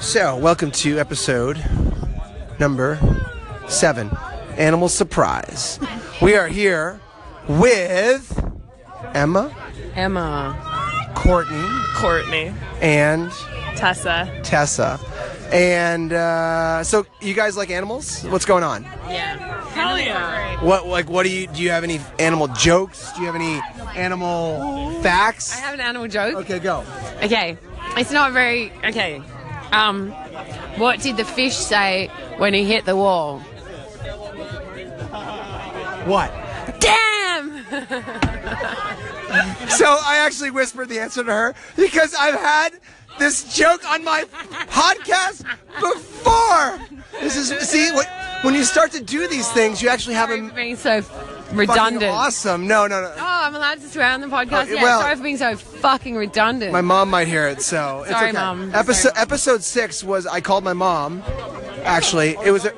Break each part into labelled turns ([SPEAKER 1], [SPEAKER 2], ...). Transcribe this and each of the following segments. [SPEAKER 1] So, welcome to episode number seven Animal Surprise. We are here with Emma,
[SPEAKER 2] Emma,
[SPEAKER 1] Courtney,
[SPEAKER 3] Courtney,
[SPEAKER 1] and
[SPEAKER 3] Tessa.
[SPEAKER 1] Tessa. And uh, so, you guys like animals? What's going on?
[SPEAKER 3] Hell yeah.
[SPEAKER 1] What like what do you do? You have any animal jokes? Do you have any animal facts?
[SPEAKER 2] I have an animal joke.
[SPEAKER 1] Okay, go.
[SPEAKER 2] Okay, it's not very okay. Um, what did the fish say when he hit the wall?
[SPEAKER 1] What?
[SPEAKER 2] Damn!
[SPEAKER 1] So I actually whispered the answer to her because I've had this joke on my podcast before. This is see what, when you start to do these things, you actually have
[SPEAKER 2] Sorry for
[SPEAKER 1] a
[SPEAKER 2] being so
[SPEAKER 1] fucking
[SPEAKER 2] redundant. Oh,
[SPEAKER 1] awesome. No, no, no.
[SPEAKER 2] I'm allowed to swear on the podcast.
[SPEAKER 1] Oh,
[SPEAKER 2] yeah,
[SPEAKER 1] well-
[SPEAKER 2] sorry for being so fucking redundant.
[SPEAKER 1] My mom might hear it, so it's
[SPEAKER 2] Sorry,
[SPEAKER 1] okay.
[SPEAKER 2] Mom.
[SPEAKER 1] Episode
[SPEAKER 2] Sorry,
[SPEAKER 1] episode six was I called my mom. Actually, it was. A,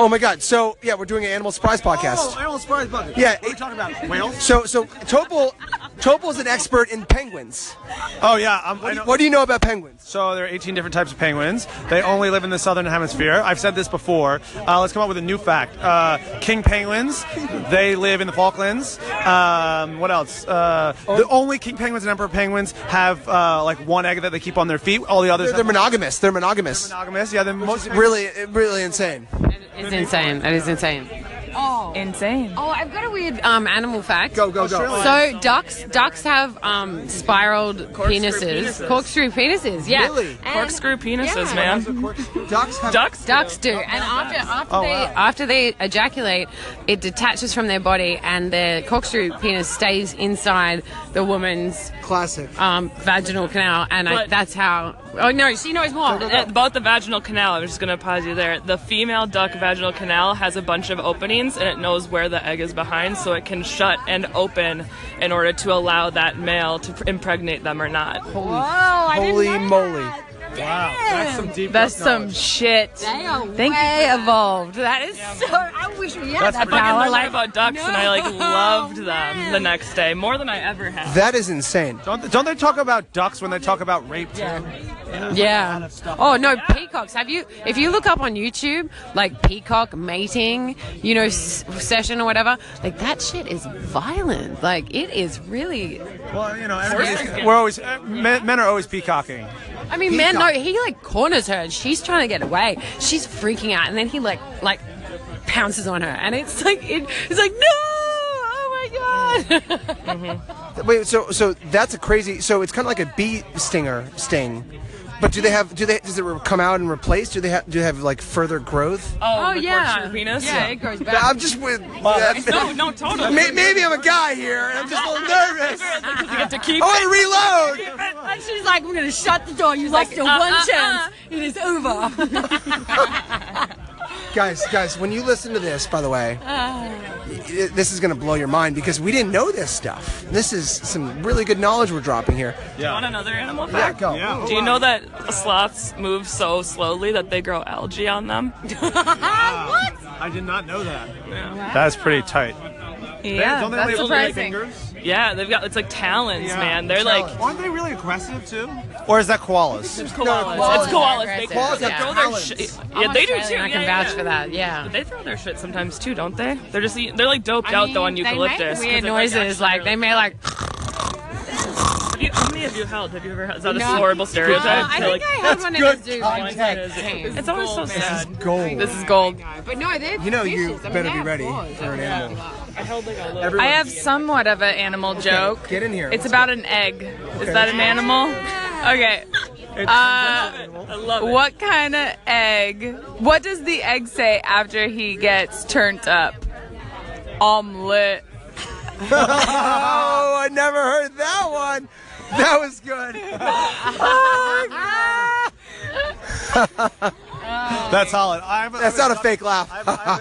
[SPEAKER 1] oh my god! So yeah, we're doing an animal surprise podcast.
[SPEAKER 4] Oh, animal surprise bucket.
[SPEAKER 1] Yeah,
[SPEAKER 4] What are we
[SPEAKER 1] it-
[SPEAKER 4] talking about? Whales?
[SPEAKER 1] So so Topol Topol's an expert in penguins.
[SPEAKER 4] Oh, yeah. Um, I know.
[SPEAKER 1] What do you know about penguins?
[SPEAKER 4] So there are 18 different types of penguins. They only live in the southern hemisphere. I've said this before. Uh, let's come up with a new fact. Uh, king penguins, they live in the Falklands. Um, what else? Uh, the only king penguins and emperor penguins have uh, like one egg that they keep on their feet. All the others
[SPEAKER 1] They're, they're
[SPEAKER 4] have-
[SPEAKER 1] monogamous. They're monogamous.
[SPEAKER 4] monogamous. Yeah, they're most
[SPEAKER 1] Really, really insane.
[SPEAKER 2] it's insane. That is insane. Oh,
[SPEAKER 3] Insane.
[SPEAKER 2] oh, I've got a weird um, animal fact.
[SPEAKER 1] Go go go.
[SPEAKER 2] So ducks, ducks have um, spiraled penises,
[SPEAKER 3] penises.
[SPEAKER 2] corkscrew penises. Yeah,
[SPEAKER 1] Really?
[SPEAKER 2] And-
[SPEAKER 3] Corkscrew penises,
[SPEAKER 2] Yeah.
[SPEAKER 3] man.
[SPEAKER 1] Ducks have
[SPEAKER 3] Ducks.
[SPEAKER 2] Ducks do, and after after they
[SPEAKER 4] wow.
[SPEAKER 2] after they ejaculate, it detaches from their body, and their corkscrew penis stays inside the woman's
[SPEAKER 1] classic.
[SPEAKER 3] Oh,
[SPEAKER 2] um, vaginal canal, and I,
[SPEAKER 3] But-
[SPEAKER 2] that's how. Oh no, she knows more.
[SPEAKER 3] Uh, About the vaginal canal, I was just gonna pause you there. The female duck vaginal canal has a bunch of openings, and it knows where the egg is behind, so it can shut and open in order to allow that male to pr- impregnate them or not.
[SPEAKER 1] Holy moly!
[SPEAKER 4] Wow, that's some deep.
[SPEAKER 5] That's
[SPEAKER 4] duck
[SPEAKER 5] some
[SPEAKER 4] knowledge.
[SPEAKER 5] shit.
[SPEAKER 2] They are
[SPEAKER 5] Thank you
[SPEAKER 2] way evolved. That is so. I wish we had that
[SPEAKER 4] pretty
[SPEAKER 3] I
[SPEAKER 2] power.
[SPEAKER 3] learned
[SPEAKER 2] Like,
[SPEAKER 3] about ducks, and I like
[SPEAKER 2] No,
[SPEAKER 3] loved them
[SPEAKER 2] man.
[SPEAKER 3] the next day more than I ever had.
[SPEAKER 1] That is insane.
[SPEAKER 4] Don't, don't they talk about ducks when they talk about rape too?
[SPEAKER 2] yeah. Oh no, peacocks. Have you? If you look up on YouTube, like peacock mating, you know, s- session or whatever, like that shit is violent. Like it is really.
[SPEAKER 4] Well, you know, everybody's- we're always uh, men, men are always peacocking.
[SPEAKER 2] I mean, man, no, he like corners her and she's trying to get away. She's freaking out, and then he like like pounces on her, and it's like it, it's like no, oh my god.
[SPEAKER 1] Wait, so so that's a crazy. So it's kind of like a bee stinger sting, but do they have? Do they? Does it re- come out and replace? Do they have? Do they have like further growth?
[SPEAKER 2] Oh,
[SPEAKER 3] the
[SPEAKER 2] yeah.
[SPEAKER 3] corkscrew penis?
[SPEAKER 2] Yeah, it goes back.
[SPEAKER 1] I'm just with.
[SPEAKER 3] No, no, totally.
[SPEAKER 1] May- maybe I'm a guy here, and I'm just a little nervous. I
[SPEAKER 3] You get to
[SPEAKER 2] Oh.
[SPEAKER 3] keep it.
[SPEAKER 1] want to reload.
[SPEAKER 5] And she's like, we're gonna shut the door. You lost your
[SPEAKER 2] uh,
[SPEAKER 5] one
[SPEAKER 2] uh,
[SPEAKER 5] chance. It is over.
[SPEAKER 1] guys, guys, when you listen to this, by the
[SPEAKER 3] Uh.
[SPEAKER 1] way, i- this is gonna blow your mind because we didn't know this stuff. This is some really good knowledge we're dropping here.
[SPEAKER 3] Want another animal
[SPEAKER 1] Yeah,
[SPEAKER 3] fact?
[SPEAKER 1] go.
[SPEAKER 4] Yeah.
[SPEAKER 3] Do you know that sloths move so slowly that they grow algae on them?
[SPEAKER 4] I did not know that. That's pretty tight.
[SPEAKER 2] Yeah,
[SPEAKER 4] Don't
[SPEAKER 2] that's
[SPEAKER 4] they only have little
[SPEAKER 2] surprising.
[SPEAKER 4] fingers?
[SPEAKER 3] Yeah, they've got it's like talons, man. They're like
[SPEAKER 4] Aren't they really aggressive too? Or is that koalas?
[SPEAKER 3] koalas.
[SPEAKER 1] koalas are
[SPEAKER 2] aggressive.
[SPEAKER 3] it's koalas. They,
[SPEAKER 2] Koalas
[SPEAKER 3] they
[SPEAKER 1] have
[SPEAKER 3] throw
[SPEAKER 1] talons.
[SPEAKER 3] their shit. Yeah, they do too.
[SPEAKER 2] I
[SPEAKER 3] yeah,
[SPEAKER 2] can
[SPEAKER 3] yeah.
[SPEAKER 2] vouch for that. Yeah.
[SPEAKER 3] They throw their shit sometimes too, don't they? They're just eat- they're like doped out though on eucalyptus. 'cause
[SPEAKER 2] They make weird
[SPEAKER 3] they're,
[SPEAKER 2] noises,
[SPEAKER 3] actually
[SPEAKER 2] like they
[SPEAKER 3] really-
[SPEAKER 2] may like.
[SPEAKER 3] Have you, how many of you held? Have you ever held? Is that
[SPEAKER 2] No.
[SPEAKER 3] a horrible stereotype?
[SPEAKER 2] I
[SPEAKER 3] They're
[SPEAKER 2] think I
[SPEAKER 3] like,
[SPEAKER 2] had one in the zoo.
[SPEAKER 3] "This
[SPEAKER 2] once
[SPEAKER 3] is-
[SPEAKER 2] I
[SPEAKER 3] this is-
[SPEAKER 2] came.
[SPEAKER 3] It's always so sad.
[SPEAKER 1] Gold.
[SPEAKER 3] This is gold.
[SPEAKER 2] But no, they're
[SPEAKER 1] You know, you
[SPEAKER 2] vicious. I mean,
[SPEAKER 1] better
[SPEAKER 2] they
[SPEAKER 1] be
[SPEAKER 2] have
[SPEAKER 1] ready
[SPEAKER 2] claws.
[SPEAKER 1] for an animal.
[SPEAKER 3] I held like a little.
[SPEAKER 1] Everyone-
[SPEAKER 5] I have somewhat of an animal joke.
[SPEAKER 1] Get in here.
[SPEAKER 5] It's about an egg. Is that an animal? Okay. Uh,
[SPEAKER 3] I love it.
[SPEAKER 5] What kind of egg? What does the egg say after he gets turned up? Omelet.
[SPEAKER 1] Oh, I never heard that one. That was good.
[SPEAKER 4] That's solid. I have
[SPEAKER 1] That's
[SPEAKER 4] I
[SPEAKER 1] not
[SPEAKER 4] have
[SPEAKER 1] a fake laugh.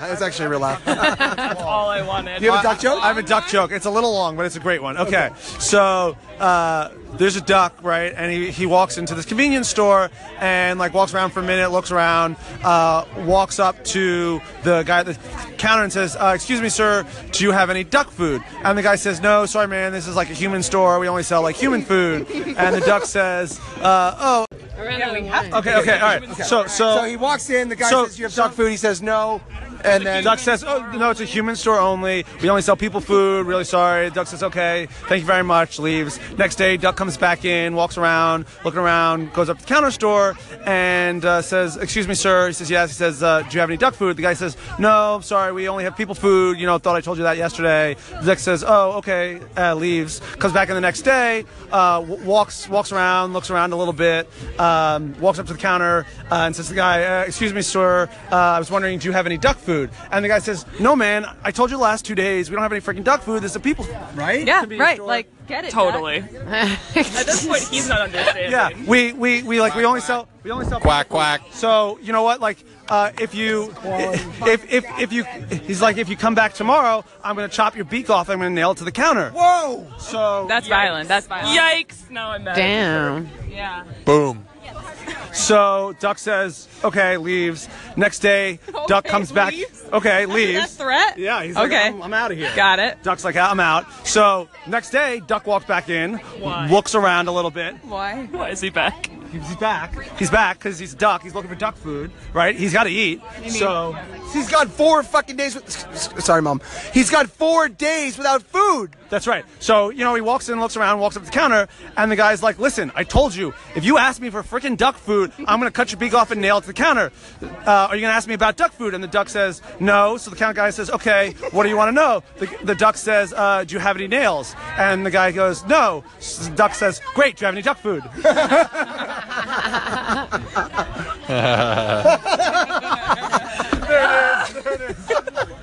[SPEAKER 1] It's actually a real laugh. Do
[SPEAKER 3] That's all I wanted.
[SPEAKER 1] you have a duck joke?
[SPEAKER 4] Uh, I have a duck joke. It's a little long, but it's a great one. Okay, so uh, there's a duck, right? And he, he walks into this convenience store and like walks around for a minute, looks around, uh, walks up to the guy at the counter and says, uh, "Excuse me, sir, do you have any duck food?" And the guy says, "No, sorry, man. This is like a human store. We only sell like human food." And the duck says, uh, "Oh,
[SPEAKER 3] ran out of wine.
[SPEAKER 4] Okay, okay, all right. So,
[SPEAKER 1] So
[SPEAKER 4] so
[SPEAKER 1] he walks in. The guy
[SPEAKER 4] So-
[SPEAKER 1] says, "You have duck food." He says, "No," and then
[SPEAKER 4] Duck says, "Oh no, it's a human store only. We only sell people food. Really sorry." Duck says, "Okay, thank you very much." Leaves. Next day, Duck comes back in, walks around, looking around, goes up to the counter store, and uh, says, "Excuse me, sir." He says, "Yes." He says, uh, "Do you have any duck food?" The guy says, "No, I'm sorry. We only have people food. You know, thought I told you that yesterday." Duck says, "Oh, okay." Uh, leaves. Comes back in the next day. Uh, w- walks walks around, looks around a little bit. Um, walks up to the counter uh, and says to the guy, uh, "Excuse me, sir. Uh, I was wondering, do you have any duck food?" And the guy says, "No, man. I told you the last two days we don't have any freaking duck food. This is a people."
[SPEAKER 1] right?
[SPEAKER 5] Yeah,
[SPEAKER 4] be
[SPEAKER 5] right.
[SPEAKER 4] short.
[SPEAKER 5] Like, get it.
[SPEAKER 3] Totally. At this point, he's not understanding.
[SPEAKER 4] Yeah, we we, we like we only sell we only sell
[SPEAKER 6] Quack, quack.
[SPEAKER 4] So you know what? Like, uh, if you if if if you he's like if you come back tomorrow, I'm gonna chop your beak off. I'm gonna nail it to the counter.
[SPEAKER 1] Whoa!
[SPEAKER 4] So
[SPEAKER 5] That's violent. That's violent.
[SPEAKER 3] Yikes! Now I'm mad.
[SPEAKER 2] Damn.
[SPEAKER 5] Yeah.
[SPEAKER 6] Boom.
[SPEAKER 4] So Duck says, "Okay, leaves." Next day, Duck
[SPEAKER 5] Okay,
[SPEAKER 4] comes back.
[SPEAKER 5] leaves?
[SPEAKER 4] Okay,
[SPEAKER 5] That
[SPEAKER 4] leaves.
[SPEAKER 5] threat?
[SPEAKER 4] Yeah, he's like,
[SPEAKER 5] okay.
[SPEAKER 4] "I'm, out of here."
[SPEAKER 5] Got it.
[SPEAKER 4] Duck's like, "I'm out." So next day, Duck walks back in,
[SPEAKER 3] Why?
[SPEAKER 4] looks around a little bit.
[SPEAKER 5] Why?
[SPEAKER 3] Why is he back?
[SPEAKER 4] He's back. He's back because he's a duck. He's looking for duck food, right? He's got to eat. So
[SPEAKER 1] He's got four fucking days. With, sorry, mom. He's got four days without food.
[SPEAKER 4] That's right. So, you know, he walks in, looks around, walks up to the counter, and the guy's like, listen, I told you, if you ask me for freaking duck food, I'm going to cut your beak off and nail it to the counter. Uh, are you going to ask me about duck food? And the duck says, no. So the counter guy says, okay, what do you want to know? The, the duck says, uh, do you have any nails? And the guy goes, no. So the duck says, great, do you have any duck food?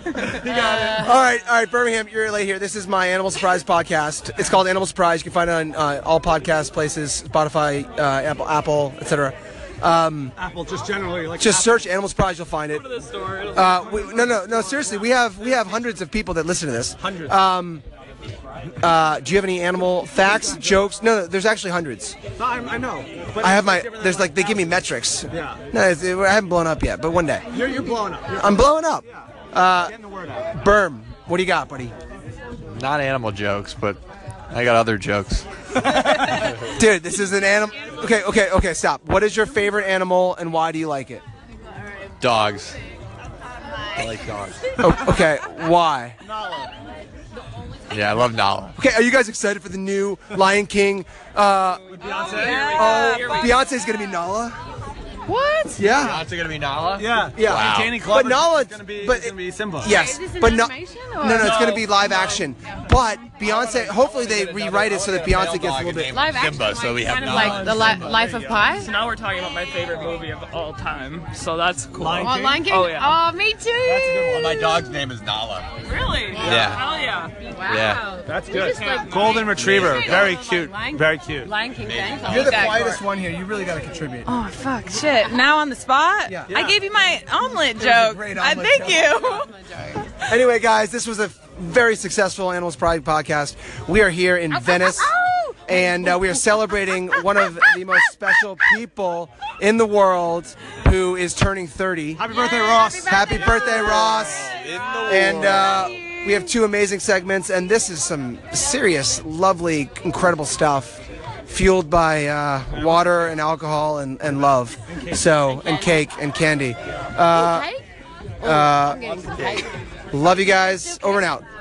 [SPEAKER 1] All right, all right, Birmingham, you're late here. This is my Animal Surprise podcast. It's called Animal Surprise. You can find it on uh, all podcast places, Spotify, uh, Apple, Apple, etc.
[SPEAKER 4] Apple, just generally. like
[SPEAKER 1] Just search Animal Surprise, you'll find it.
[SPEAKER 3] The store.
[SPEAKER 1] Uh, we, no, no, no. Seriously, we have we have hundreds of people that listen to this. Um,
[SPEAKER 4] Hundreds.
[SPEAKER 1] Uh, do you have any animal facts, jokes? No, no. There's actually hundreds.
[SPEAKER 4] I, know.
[SPEAKER 1] I have my. There's like they give me metrics.
[SPEAKER 4] Yeah.
[SPEAKER 1] No, it's, it, I haven't blown up yet, but one day
[SPEAKER 4] You're, you're blowing up. You're
[SPEAKER 1] I'm blowing up.
[SPEAKER 4] getting the word out.
[SPEAKER 1] Berm, what do you got, buddy?
[SPEAKER 6] Not animal jokes, but I got other jokes.
[SPEAKER 1] Dude, this is an animal. Okay, okay, okay. Stop. What is your favorite animal and why do you like it?
[SPEAKER 6] Dogs. I like dogs.
[SPEAKER 1] Oh, okay, why?
[SPEAKER 6] Yeah, I love Nala.
[SPEAKER 1] Okay, are you guys excited for the new Lion King? Uh, oh, Beyonce's gonna be Nala.
[SPEAKER 2] What?
[SPEAKER 1] Yeah.
[SPEAKER 6] it gonna be Nala?
[SPEAKER 4] Oh, Yeah.
[SPEAKER 1] Yeah.
[SPEAKER 6] Wow.
[SPEAKER 4] Danny Glover
[SPEAKER 1] But Nala,
[SPEAKER 4] is gonna be,
[SPEAKER 1] but
[SPEAKER 4] is gonna be Simba.
[SPEAKER 1] Yes,
[SPEAKER 2] Wait, is this an
[SPEAKER 1] but no,
[SPEAKER 2] animation
[SPEAKER 1] no,
[SPEAKER 2] or-
[SPEAKER 1] no, it's going to
[SPEAKER 6] No.
[SPEAKER 1] be live action. But Beyonce, hopefully they rewrite it so that Beyonce gets a little bit.
[SPEAKER 2] Live action.
[SPEAKER 6] Simba, so
[SPEAKER 2] like,
[SPEAKER 6] we have
[SPEAKER 2] kind of
[SPEAKER 6] Nala
[SPEAKER 2] like
[SPEAKER 6] and
[SPEAKER 2] the li-
[SPEAKER 6] Simba.
[SPEAKER 2] Life of Pi.
[SPEAKER 3] So now we're talking about my favorite movie of all time. So that's cool.
[SPEAKER 4] Lion
[SPEAKER 2] Oh, Lion King.
[SPEAKER 3] Oh, yeah.
[SPEAKER 2] Oh, me too.
[SPEAKER 6] My dog's name is
[SPEAKER 5] Oh.
[SPEAKER 6] Nala.
[SPEAKER 3] Really?
[SPEAKER 6] Yeah.
[SPEAKER 3] Hell yeah.
[SPEAKER 2] Wow.
[SPEAKER 6] Yeah.
[SPEAKER 4] That's good.
[SPEAKER 2] like-
[SPEAKER 4] Golden Retriever.
[SPEAKER 2] Amazing.
[SPEAKER 4] Very
[SPEAKER 2] Like
[SPEAKER 4] cute.
[SPEAKER 2] Lion-
[SPEAKER 4] Very cute.
[SPEAKER 2] Lion King. Thanks.
[SPEAKER 1] You're the quietest one here. You really got to contribute.
[SPEAKER 5] Oh fuck! Shit. Now on the spot.
[SPEAKER 1] Yeah.
[SPEAKER 5] I gave you my omelet
[SPEAKER 1] was a
[SPEAKER 5] joke.
[SPEAKER 1] great
[SPEAKER 5] Oh, I
[SPEAKER 1] omelet
[SPEAKER 5] thank you.
[SPEAKER 1] Anyway, guys, this was a very successful Animals Pride podcast. We are here
[SPEAKER 5] Oh,
[SPEAKER 1] in Venice. And uh, we are celebrating one of the most special people in the world who is turning 30.
[SPEAKER 4] Happy birthday, Ross.
[SPEAKER 1] Happy birthday, Ross. And uh, we have two amazing segments, and this is some serious, lovely, incredible stuff fueled by uh, water and alcohol and, and love. So, and cake and candy.
[SPEAKER 2] Uh,
[SPEAKER 1] Love you guys. Over and out.